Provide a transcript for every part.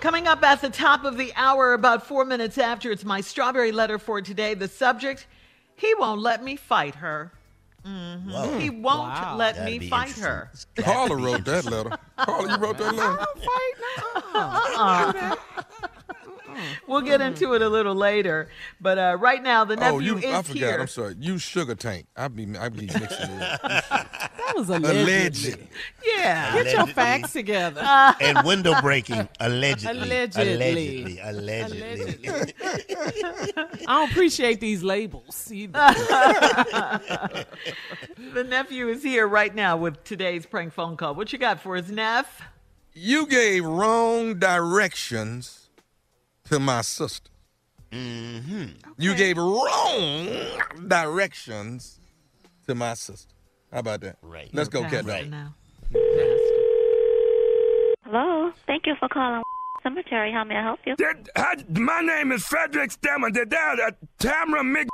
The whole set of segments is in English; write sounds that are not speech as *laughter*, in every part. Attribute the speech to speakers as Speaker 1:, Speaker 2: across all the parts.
Speaker 1: Coming up at the top of the hour, about four minutes after, it's my strawberry letter for today. The subject He won't let me fight her. Mhm.
Speaker 2: Whoa.
Speaker 1: He won't
Speaker 2: Wow.
Speaker 1: let
Speaker 2: That'd
Speaker 1: me
Speaker 2: be
Speaker 1: fight
Speaker 2: interesting.
Speaker 1: her.
Speaker 2: Carla wrote that letter. Carla, you wrote that letter.
Speaker 1: Uh-uh. We'll get into it a little later, but uh, right now the nephew
Speaker 2: Oh, you!
Speaker 1: is
Speaker 2: I forgot.
Speaker 1: here.
Speaker 2: I'm sorry. You sugar tank. I be I be mixing
Speaker 3: *laughs*
Speaker 2: it. up.
Speaker 4: That was
Speaker 2: Alleged.
Speaker 1: Yeah.
Speaker 4: Get your facts together.
Speaker 3: and window breaking allegedly.
Speaker 4: Allegedly.
Speaker 3: Allegedly. Allegedly.
Speaker 4: I don't appreciate these labels either.
Speaker 1: The nephew is here right now with today's prank phone call. What you got for his nephew?
Speaker 2: You gave wrong directions to my sister. Mm-hmm. You gave wrong directions to my sister. How about that? Right. Let's go, cat.
Speaker 1: Right.
Speaker 5: Hello. Thank you for calling Cemetery. How may I help you?
Speaker 6: Did, hi, my name is Frederick Stemmer. Did that uh, Tamara Mc?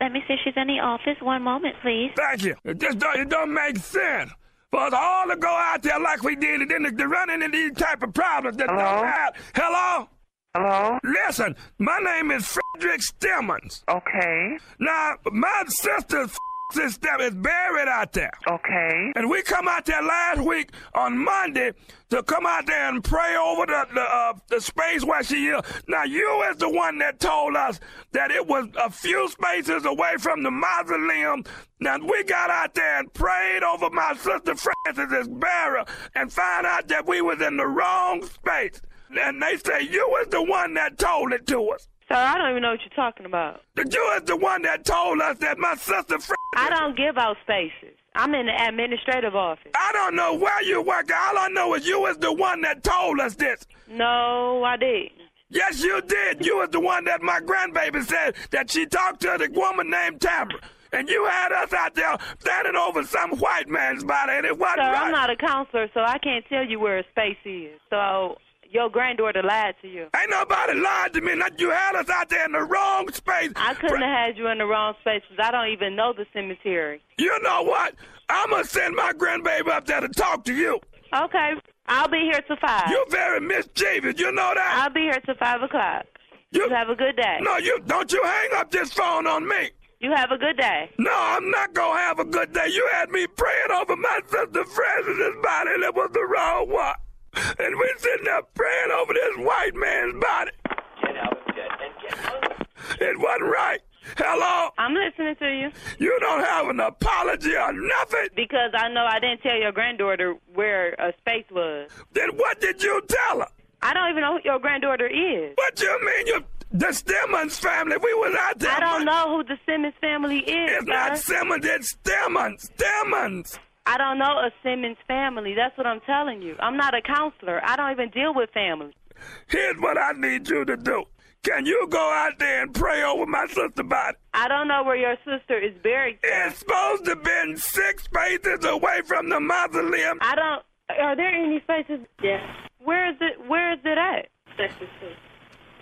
Speaker 5: Let me see if she's in the office. One moment, please.
Speaker 6: Thank you. It just don't, it don't make sense for us all to go out there like we did, and then to run into these type of problems that
Speaker 7: Hello?
Speaker 6: don't matter. Hello.
Speaker 7: Hello?
Speaker 6: Listen, my name is Frederick Stemmons.
Speaker 7: Okay.
Speaker 6: Now, my sister's *laughs* sister is buried out there.
Speaker 7: Okay.
Speaker 6: And we come out there last week on Monday to come out there and pray over the the, uh, the space where she is. Now you is the one that told us that it was a few spaces away from the mausoleum. Now we got out there and prayed over my sister Francis's burial and found out that we was in the wrong space. And they say you was the one that told it to us.
Speaker 8: Sir, I don't even know what you're talking about.
Speaker 6: That you is the one that told us that my sister. Fran-
Speaker 8: I don't give out spaces. I'm in the administrative office.
Speaker 6: I don't know where you work. All I know is you was the one that told us this.
Speaker 8: No, I didn't.
Speaker 6: Yes, you did. You was the one that my grandbaby said that she talked to the woman named Tamara. And you had us out there standing over some white man's body, and it wasn't
Speaker 8: Sir,
Speaker 6: right.
Speaker 8: I'm not a counselor, so I can't tell you where a space is. So your granddaughter lied to you.
Speaker 6: Ain't nobody lied to me. Not you had us out there in the wrong space.
Speaker 8: I couldn't have had you in the wrong space because I don't even know the cemetery.
Speaker 6: You know what? I'm going to send my grandbaby up there to talk to you.
Speaker 8: Okay,
Speaker 9: I'll be here till five.
Speaker 6: You're very mischievous. You know that.
Speaker 9: I'll be here till five o'clock. You, have a good day.
Speaker 6: No, you don't. You hang up this phone on me.
Speaker 9: You have a good day.
Speaker 6: No, I'm not gonna have a good day. You had me praying over my sister Francis's body. That was the wrong one. And we sitting there praying over this white man's body. It wasn't right. Hello?
Speaker 9: I'm listening to you.
Speaker 6: You don't have an apology or nothing.
Speaker 9: Because I know I didn't tell your granddaughter where a space was.
Speaker 6: Then what did you tell her?
Speaker 9: I don't even know who your granddaughter is.
Speaker 6: What you mean? You, the Simmons family, we was out there.
Speaker 9: I don't know who the Simmons family is.
Speaker 6: It's not
Speaker 9: sir.
Speaker 6: Simmons, it's Simmons. Simmons.
Speaker 9: I don't know a Simmons family. That's what I'm telling you. I'm not a counselor. I don't even deal with families.
Speaker 6: Here's what I need you to do. Can you go out there and pray over my sister body?
Speaker 9: I don't know where your sister is buried. sir.
Speaker 6: It's supposed to been six spaces away from the mausoleum.
Speaker 9: I don't. Are there any spaces? Yes. Where is it? Where is it at? Section two.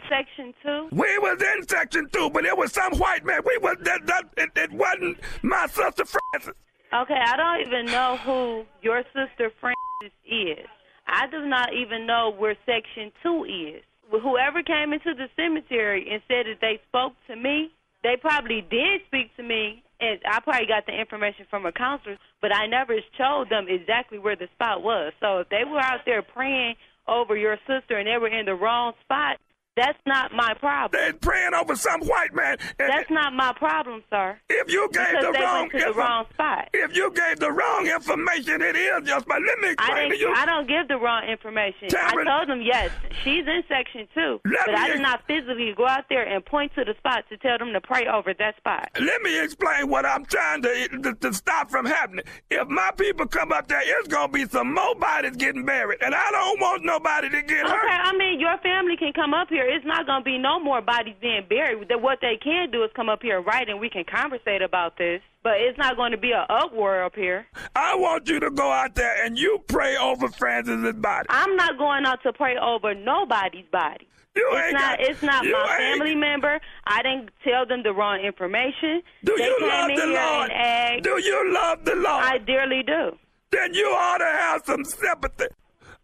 Speaker 9: Section two.
Speaker 6: We was in section two, but it was some white man. We was that, that it, it wasn't my sister Francis.
Speaker 9: Okay, I don't even know who your sister Francis is. I do not even know where Section 2 is. Whoever came into the cemetery and said that they spoke to me, they probably did speak to me, and I probably got the information from a counselor, but I never told them exactly where the spot was. So if they were out there praying over your sister and they were in the wrong spot, that's not my problem.
Speaker 6: They're praying over some white man. And
Speaker 9: That's not my problem, sir.
Speaker 6: if you gave
Speaker 9: because
Speaker 6: the
Speaker 9: they
Speaker 6: wrong
Speaker 9: went to the
Speaker 6: info-
Speaker 9: wrong spot.
Speaker 6: if you gave the wrong information, it is just. But let me
Speaker 9: I
Speaker 6: explain to
Speaker 9: didn't.
Speaker 6: you.
Speaker 9: I don't give the wrong information.
Speaker 6: Tamara-
Speaker 9: I told them yes, she's in section two,
Speaker 6: Let
Speaker 9: but
Speaker 6: me
Speaker 9: I did
Speaker 6: ex-
Speaker 9: not physically go out there and point to the spot to tell them to pray over that spot.
Speaker 6: Let me explain what I'm trying to, to, to stop from happening. If my people come up there, it's gonna be some more bodies getting buried, and I don't want nobody to get
Speaker 9: Okay,
Speaker 6: hurt.
Speaker 9: I mean your family can come up here. It's not going to be no more bodies being buried. That What they can do is come up here, right, and we can conversate about this. But it's not going to be an uproar up here.
Speaker 6: I want you to go out there and you pray over Francis's body.
Speaker 9: I'm not going out to pray over nobody's body.
Speaker 6: You
Speaker 9: it's
Speaker 6: ain't
Speaker 9: not.
Speaker 6: got-
Speaker 9: it's not
Speaker 6: you
Speaker 9: my
Speaker 6: ain't-
Speaker 9: family member. I didn't tell them the wrong information.
Speaker 6: Do
Speaker 9: they
Speaker 6: you
Speaker 9: came
Speaker 6: love
Speaker 9: in
Speaker 6: the
Speaker 9: here
Speaker 6: Lord?
Speaker 9: and asked.
Speaker 6: Do you love the Lord?
Speaker 9: I dearly do.
Speaker 6: Then you ought to have some sympathy.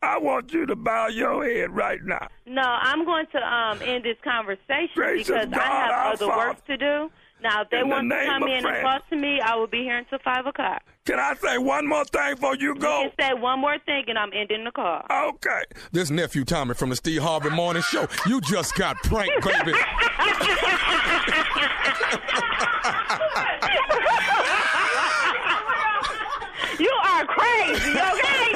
Speaker 6: I want you to bow your head right now.
Speaker 9: No, I'm going to um, end this conversation
Speaker 6: Gracious
Speaker 9: because
Speaker 6: God,
Speaker 9: I have
Speaker 6: our
Speaker 9: other
Speaker 6: Father.
Speaker 9: work to do. Now, if they
Speaker 6: In the
Speaker 9: want to
Speaker 6: name
Speaker 9: come
Speaker 6: of
Speaker 9: in
Speaker 6: Christ.
Speaker 9: and talk to me, I will be here until five o'clock.
Speaker 6: Can I say one more thing before you go?
Speaker 9: You can say one more thing, and I'm ending the call.
Speaker 6: Okay.
Speaker 10: This nephew Tommy from the Steve Harvey Morning Show. You just got pranked, baby.
Speaker 9: *laughs* You are crazy, okay?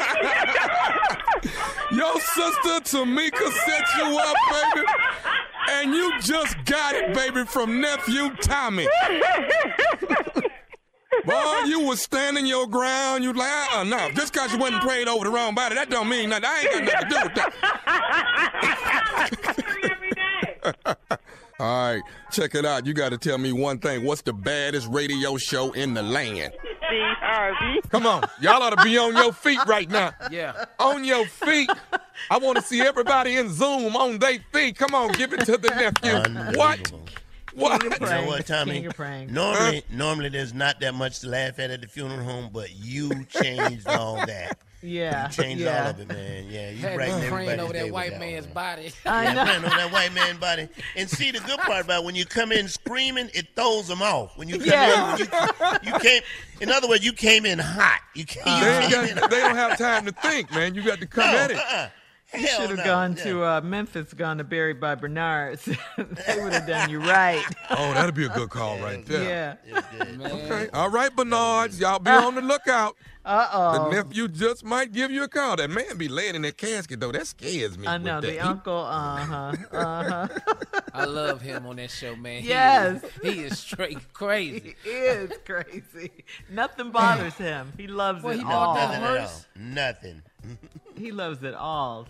Speaker 10: Your sister Tamika set you up, baby. And you just got it, baby, from nephew Tommy. Boy, you was standing your ground. You like, uh, no, just because you went and prayed over the wrong body, that don't mean nothing. I ain't got nothing to do with that. All right, check it out. You got to tell me one thing. What's the baddest radio show in the land?
Speaker 9: Steve Harvey.
Speaker 10: Come on, y'all ought to be on your feet right now.
Speaker 11: Yeah.
Speaker 10: On your feet. I want to see everybody in Zoom on their feet. Come on, give it to the nephew. What? What?
Speaker 3: You know what, Tommy?
Speaker 12: pranks.
Speaker 3: Normally, normally there's not that much to laugh at at the funeral home, but you changed all that.
Speaker 11: Yeah,
Speaker 3: you changed
Speaker 11: yeah.
Speaker 3: all of it, man. Yeah, you
Speaker 11: Had
Speaker 3: brightened
Speaker 11: me praying
Speaker 3: everybody's
Speaker 11: over
Speaker 3: day
Speaker 11: that
Speaker 3: with
Speaker 11: white
Speaker 3: that
Speaker 11: man's body.
Speaker 3: Yeah, praying over that white man body. And see, the good part about when you come in screaming, it throws them off. When you come
Speaker 11: Yeah.
Speaker 3: in, you, you came. In other words, you came in hot. You came,
Speaker 12: Uh-huh.
Speaker 10: They,
Speaker 3: you
Speaker 10: ain't
Speaker 3: came in
Speaker 10: got, they don't have time to think, man. You got to come
Speaker 3: No,
Speaker 10: at it.
Speaker 3: uh-uh.
Speaker 12: You
Speaker 3: Hell
Speaker 12: should have
Speaker 3: no,
Speaker 12: gone
Speaker 3: yeah.
Speaker 12: to uh, Memphis, gone to Buried by
Speaker 9: *laughs*
Speaker 12: Bernard's. they would have done you right.
Speaker 10: Oh, that'd be a good call right there.
Speaker 12: Yeah.
Speaker 10: Okay. All right, Bernards, y'all be on the lookout.
Speaker 12: Uh
Speaker 10: The
Speaker 12: oh.
Speaker 10: nephew just might give you a call. That man be laying in that casket though. That scares me.
Speaker 12: I
Speaker 10: with
Speaker 12: know
Speaker 10: that.
Speaker 12: the uncle. Uh huh. Uh huh.
Speaker 11: I love him on that show, man. He is-
Speaker 12: Yes.
Speaker 11: He is, straight crazy.
Speaker 12: He is crazy. Nothing bothers him. He loves
Speaker 11: Well,
Speaker 12: it
Speaker 11: he bought
Speaker 12: all.
Speaker 11: that
Speaker 3: Nothing at all. Nothing.
Speaker 12: He loves it all.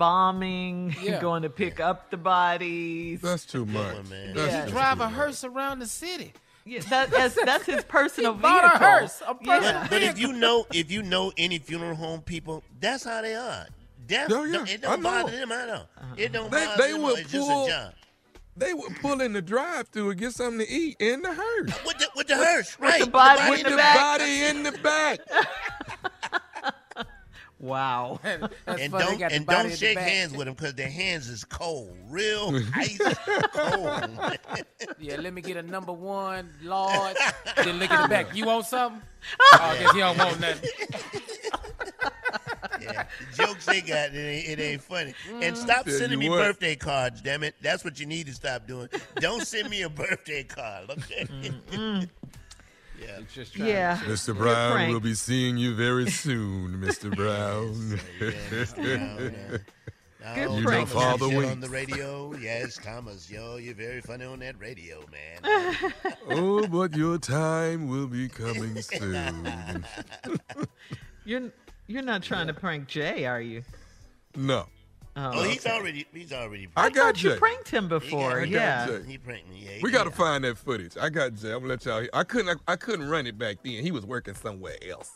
Speaker 12: Embalming,
Speaker 11: Yeah.
Speaker 12: going to pick up the bodies.
Speaker 10: That's too much.
Speaker 3: man.
Speaker 10: That's
Speaker 12: Yeah.
Speaker 10: too
Speaker 11: Drive a hearse around the city.
Speaker 12: Yeah,
Speaker 11: *laughs*
Speaker 12: that- that's, that's his personal
Speaker 11: bought a
Speaker 12: vehicle.
Speaker 11: hearse, a
Speaker 12: Yeah.
Speaker 11: personal-
Speaker 3: But if you know, if you know any funeral home people, that's how they are. Death,
Speaker 10: Yeah, yeah,
Speaker 3: it
Speaker 10: I
Speaker 3: don't
Speaker 10: know.
Speaker 3: bother them at all.
Speaker 12: Uh-huh.
Speaker 3: It don't
Speaker 10: They,
Speaker 3: bother
Speaker 10: they
Speaker 3: them.
Speaker 10: would
Speaker 3: it's
Speaker 10: pull.
Speaker 3: just a job.
Speaker 10: They would pull in the drive-through and get something to eat in the hearse.
Speaker 3: Uh, With the, with the hearse, right?
Speaker 12: body in the
Speaker 10: the
Speaker 12: back.
Speaker 10: body in the back.
Speaker 9: Wow.
Speaker 3: and don't and don't shake hands with them because their hands is cold, real ice cold.
Speaker 13: Yeah, let me get a number one large. then look at the back. You want something? oh, I guess you don't want nothing.
Speaker 3: yeah, the jokes they got it ain't, it ain't funny. And
Speaker 13: Mm.
Speaker 3: stop
Speaker 13: Tell you
Speaker 3: sending me
Speaker 13: what.
Speaker 3: birthday cards, damn it. That's what you need to stop doing. Don't send me a birthday card, okay? *laughs* yeah,
Speaker 13: just
Speaker 9: trying to- Yeah.
Speaker 14: Mr.
Speaker 9: You're
Speaker 14: Brown,
Speaker 9: frank.
Speaker 14: we'll be seeing you very soon,
Speaker 3: *laughs*
Speaker 14: Mr. Brown. *laughs* you know, Father
Speaker 3: on
Speaker 14: Wink.
Speaker 3: the radio. Yes, Thomas, yo, you're very funny on that radio, man.
Speaker 14: Oh, but your time will be coming soon.
Speaker 9: You're you're not trying to prank Jay, are you?
Speaker 14: No.
Speaker 3: Oh, he's already he's already
Speaker 14: I got
Speaker 9: you
Speaker 14: Jay.
Speaker 9: pranked him before,
Speaker 14: I got
Speaker 9: yeah.
Speaker 14: Jay.
Speaker 3: He pranked me. Yeah, he
Speaker 14: We
Speaker 3: did.
Speaker 14: got to find that footage. I got Jay. I'm gonna let y'all. I couldn't. I, I couldn't run it back then. He was working somewhere else.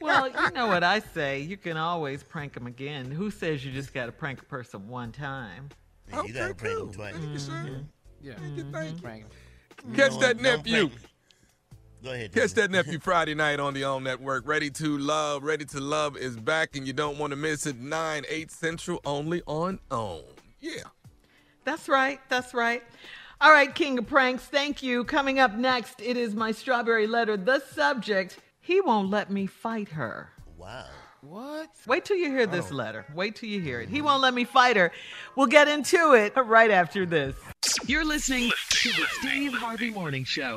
Speaker 9: Well, you know what I say. You can always prank him again. Who says you just got to prank a person one time?
Speaker 3: Yeah, you gotta prank him twice.
Speaker 13: Yeah.
Speaker 14: Catch
Speaker 3: No,
Speaker 14: that
Speaker 3: don't
Speaker 14: nephew.
Speaker 3: prank Go ahead.
Speaker 14: Catch that nephew Friday night on the On Network. Ready to Love. Ready to Love is back, and you don't want to miss it. 9, 8 Central, only on OWN. Yeah.
Speaker 9: That's right. That's right. All right, King of Pranks, thank you. Coming up next, it is my strawberry letter. The subject, he won't let me fight her.
Speaker 3: Wow.
Speaker 9: What? Wait till you hear this letter. Wait till you hear it. He won't let me fight her. We'll get into it right after this. You're listening to the Steve Harvey Morning Show.